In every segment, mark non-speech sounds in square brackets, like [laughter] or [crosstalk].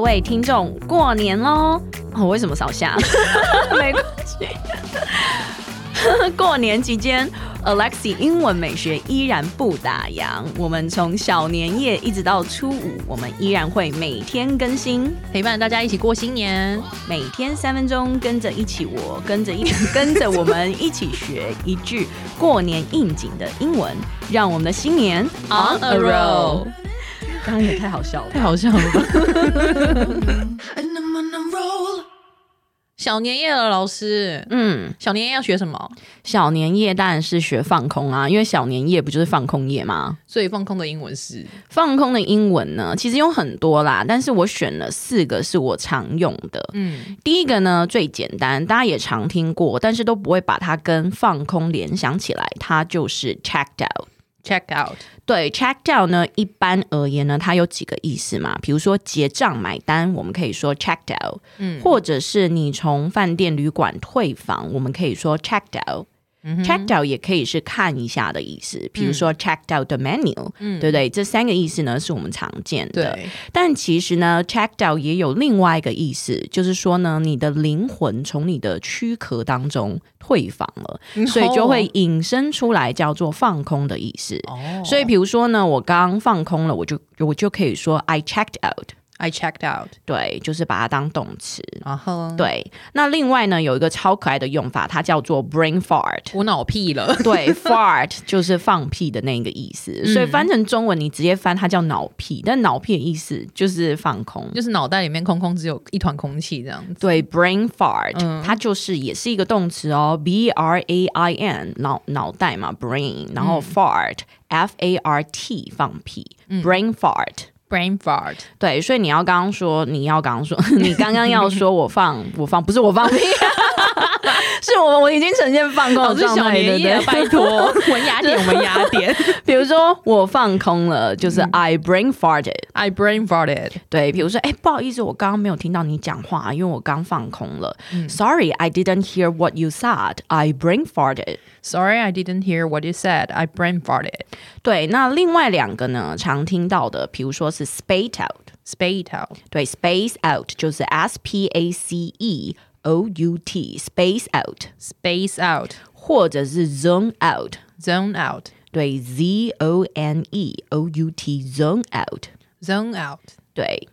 位听众过年喽！哦，为什么少 [laughs] 下？没关系。 [laughs] 过年期间，Alexi 英文美学依然不打烊。我们从小年夜一直到初五，我们依然会每天更新，陪伴大家一起过新年。每天三分钟，跟着一起我，跟着一起跟着我们一起学一句过年应景的英文，让我们的新年 On a roll，刚刚也太好笑了太。好笑了吧！ And I'm on a roll. [laughs] 小年夜了，老师，嗯，小年夜要学什么？小年夜当然是学放空啊，因为小年夜不就是放空夜吗？最放空的英文是放空的英文呢，其实有很多啦，但是我选了四个是我常用的。嗯，第一个呢最简单，大家也常听过，但是都不会把它跟放空联想起来，它就是 checked out。 check out，对，checked out 呢，一般而言呢，它有几个意思嘛？比如说结账买单，我们可以说 checked out，嗯或者是你从饭店旅馆退房，我们可以说 checked out。嗯 checked out 也可以是看一下的意思，比如说 checked out the menu，、嗯对不对？这三个意思呢是我们常见的。对，但其实呢，checked out 也有另外一个意思，就是说呢，你的灵魂从你的躯壳当中退房了，哦所以就会引申出来叫做放空的意思。哦，所以，比如说呢，我刚放空了，我就我就可以说 I checked out， I checked out，对，就是把它当动词。然后，对，那另外呢，有一个超可爱的用法，它叫做 brain fart。 [laughs] 我脑屁了， [laughs] 对，fart 就是放屁的那个意思，嗯所以翻成中文你直接翻它叫脑屁，但脑屁的意思就是放空。就是脑袋里面空空，只有一团空气这样子。对，brain fart，、嗯它就是也是一个动词哦，b r a i n 脑脑袋嘛，brain，然嗯后 fart、f a r t 放屁、b r a i n fart。 Brain fart，对，所以你要刚刚说，你要刚刚说， [laughs] 你刚刚要说我放我放，不是我放屁， [laughs] 是我我已经呈现放空的老师状小态，年对夜对啊，拜 [laughs] 托，文雅点，文雅 [laughs] 点。 [laughs] 比如说我放空了，就是嗯 I brain farted。 I brain farted，对，比如说，哎，不好意思，我刚刚没有听到你讲话，因为我刚放空了。Sorry, 嗯 I didn't hear what you said. I brain farted。 Sorry, I didn't hear what you said. I brain farted. 对，那另外两个呢，常听到的，比如说是 spate out。 Spate out. 对，space out 就是 S P A C E O U T space out， Space out. 或者是 zone out。 Zone out. 对，Z O N E O U T zone out。 Zone out. 对，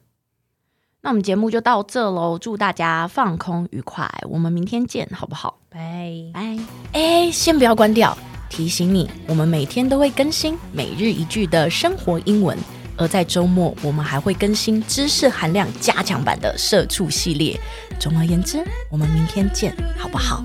那我们节目就到这喽，祝大家放空愉快，我们明天见，好不好？ Bye. 拜。哎，先不要关掉，提醒你，我们每天都会更新每日一句的生活英文，而在周末我们还会更新知识含量加强版的社畜系列。总而言之，我们明天见，好不好？